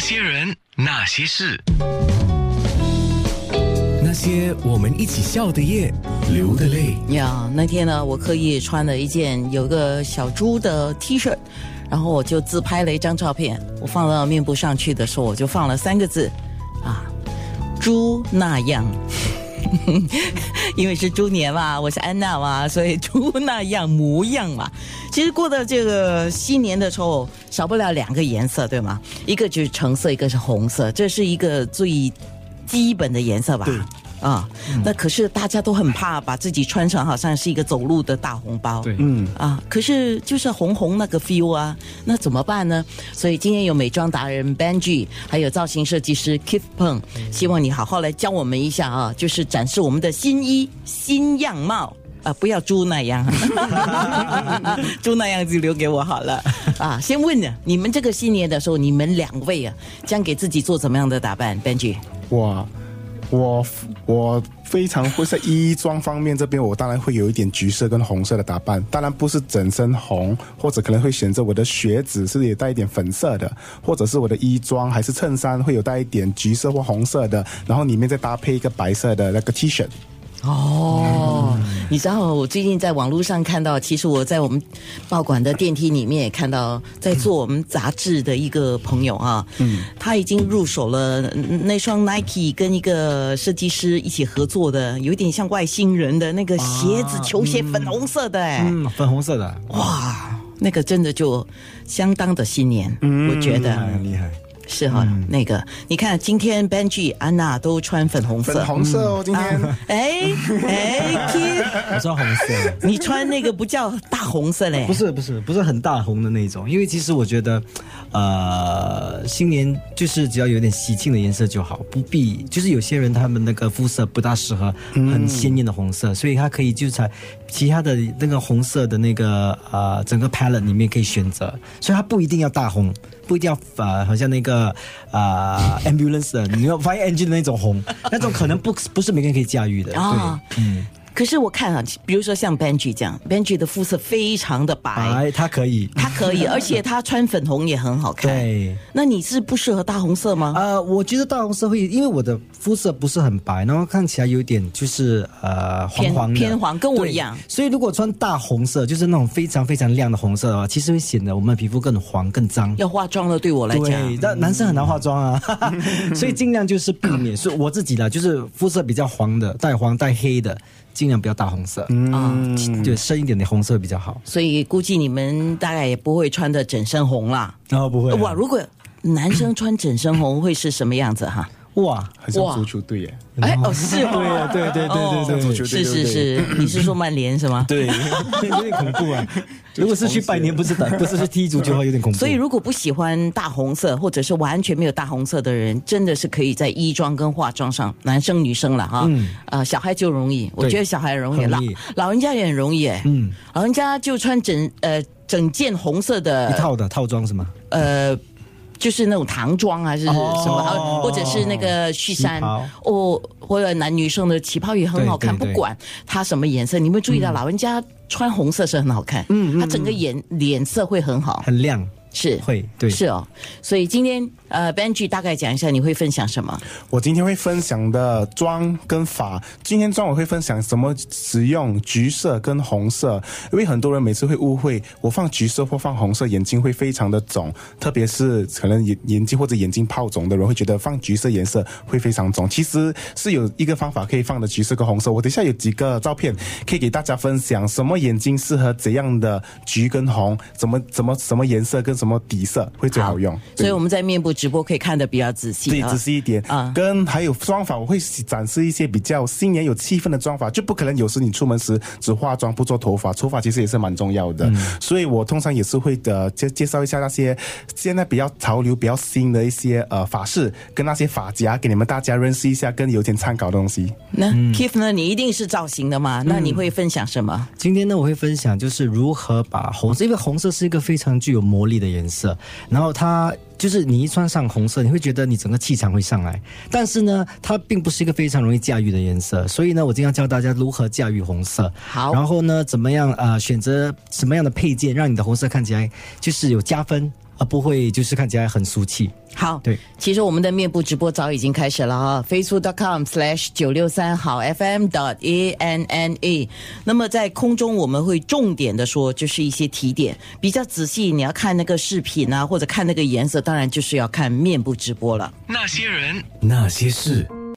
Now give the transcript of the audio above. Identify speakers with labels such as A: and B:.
A: 些人，那些事，
B: 那些我们一起笑的夜，流的泪。
C: 呀那天呢，我刻意穿了一件有个小猪的 T 恤，然后我就自拍了一张照片，我放到面部上去的时候，我就放了三个字，啊，猪那样。 因为是猪年嘛，我是安娜嘛，所以猪那样模样嘛。其实过到这个新年的时候，少不了两个颜色，对吗？一个就是橙色，一个是红色，这是一个最基本的颜色吧？
B: 对
C: 啊、那可是大家都很怕把自己穿成好像是一个走路的大红包。
D: 对
B: 嗯，
C: 啊，可是就是红红那个 feel 啊，那怎么办呢？所以今天有美妆达人 Benji，还有造型设计师 Keith Peng，希望你好好来教我们一下啊，就是展示我们的新衣新样貌。啊，不要猪那样， 猪那样就留给我好了。啊，先问呢，你们这个新年的时候，你们两位啊，将给自己做怎么样的打扮？Benji，
D: 我我我非常会在衣装方面这边，我当然会有一点橘色跟红色的打扮，当然不是整身红，或者可能会选择我的靴子是也带一点粉色的，或者是我的衣装还是衬衫会有带一点橘色或红色的，然后里面再搭配一个白色的那个 T 恤。
C: 哦，你知道我最近在网络上看到，其实我在我们报馆的电梯里面也看到，在做我们杂志的一个朋友啊，嗯，他已经入手了嗯那双 Nike 跟一个设计师一起合作的，有点像外星人的那个鞋子，
E: 啊
C: 球鞋粉红色的、哎、
E: 嗯，粉红色的，
C: 哇，那个真的就相当的新年，我觉得
E: 很嗯厉害。嗯
C: 是哈、那个你看今天 Benji、安娜都穿粉红色
D: 粉。红色哦，今天、
C: 哎哎 k
E: 我穿红色的，
C: 你穿那个不叫大红色嘞，
E: 不是不是不是很大红的那种，因为其实我觉得，呃，新年就是只要有点喜庆的颜色就好，不必就是有些人他们那个肤色不大适合很鲜艳的红色，所以他可以就在其他的那个红色的那个呃整个 palette 里面可以选择，所以它不一定要大红，不一定要呃好像那个呃 ambulance 的你要 fire engine 的那种红，那种可能不不是每个人可以驾驭的，
C: 啊
E: 对，嗯，
C: 可是我看啊，比如说像 Benji 这样，Benji 的肤色非常的白，
E: 白它可以。
C: 他可 以，而且他穿粉红也很好看。
E: 对，
C: 那你是不适合大红色吗？
E: 呃，我觉得大红色会，因为我的肤色不是很白，然后看起来有点就是呃黄
C: 偏
E: 黄的，
C: 偏黄跟我
E: 对
C: 一样
E: 所以如果穿大红色，就是那种非常非常亮的红色的话，其实会显得我们的皮肤更黄更脏。
C: 要化妆了，对我来
E: 对
C: 讲，，
E: 但男生很难化妆啊，所以尽量就是避免。所以我自己啦，就是肤色比较黄的，带黄带黑的，尽量不要大红色，
C: 啊
E: 对，深一点的红色比较好。
C: 所以估计你们大概也不会穿的整身红啦。
E: 然后不会
C: 哇，如果男生穿整身红会是什么样子哈？
E: 哇，
D: 很像
C: 哇
D: 足球队耶，
C: 哎哦，是哦，
E: 对对对对
D: 像
E: 对
D: 足球
C: 是
D: 队
C: 是，是，你是说曼联是 吗？
E: 对，有点恐怖啊！ 如果是去拜年，不是打， 不是去踢足球的话，有点恐怖。
C: 嗯所以，如果不喜欢大红色，或者是完全没有大红色的人，真的是可以在衣装跟化妆上，男生女生了哈。
E: 嗯
C: 呃，小孩就容易，我
E: 对
C: 觉得小孩容易，
E: 很
C: 老
E: 容易
C: 老人家也很容易哎。
E: 嗯，
C: 老人家就穿整呃整件红色的
E: 一套的套装是吗？
C: 呃。就是那种唐装还是什
E: 哦
C: 么，呃或者是那个恤衫
E: 旗袍
C: 哦，或者男女生的旗袍也很好看，
E: 对嗯对对
C: 不管它什么颜色，你有没有注意到，老人家穿红色是很好看，嗯，他整个颜脸色会很好，
E: 很亮，
C: 是
E: 会对
C: 是哦，所以今天呃，Benji 大概讲一下你会分享什么？
D: 我今天会分享的妆跟法，今天妆我会分享怎么使用橘色跟红色，因为很多人每次会误会我放橘色或放红色眼睛会非常的肿，特别是可能眼眼睛或者眼睛泡肿的人会觉得放橘色颜色会非常肿，其实是有一个方法可以放的橘色跟红色，我等一下有几个照片可以给大家分享，什么眼睛适合怎样的橘跟红，怎么怎么什么颜色跟什么底色会最好用，
C: 所以
D: 对
C: 我们在面部直播可以看得比较仔细
D: 对，
C: 啊
D: 仔。细一点
C: 啊
D: 跟还有妆法，我会展示一些比较新年有气氛的妆法，就不可能有时你出门时只化妆不做头发，头发其实也是蛮重要
C: 嗯
D: 的。所以我通常也是会的介介绍一下那些现在比较潮流、比较新的一些呃发饰跟那些发夹，给你们大家认识一下，跟有点参考的东西。
C: 那
D: 嗯
C: Keith 呢？你一定是造型的嘛？那你会分享什么？
E: 今天呢，我会分享就是如何把红色，因为红色是一个非常具有魔力的颜色，然后它就是你一穿上红色，你会觉得你整个气场会上来，但是呢，它并不是一个非常容易驾驭的颜色，所以呢，我今天要教大家如何驾驭红色。
C: 好
E: 然后呢，怎么样呃选择什么样的配件，让你的红色看起来就是有加分。而不会就是看起来很俗气。
C: 好，
E: 对，
C: 其实我们的面部直播早已经开始了啊哈，facebook.com/slash 九六三好 FM 的 a n n e。那么在空中我们会重点的说，就是一些提点，比较仔细。你要看那个视频啊，或者看那个颜色，当然就是要看面部直播了。
A: 那些人，
B: 那些事。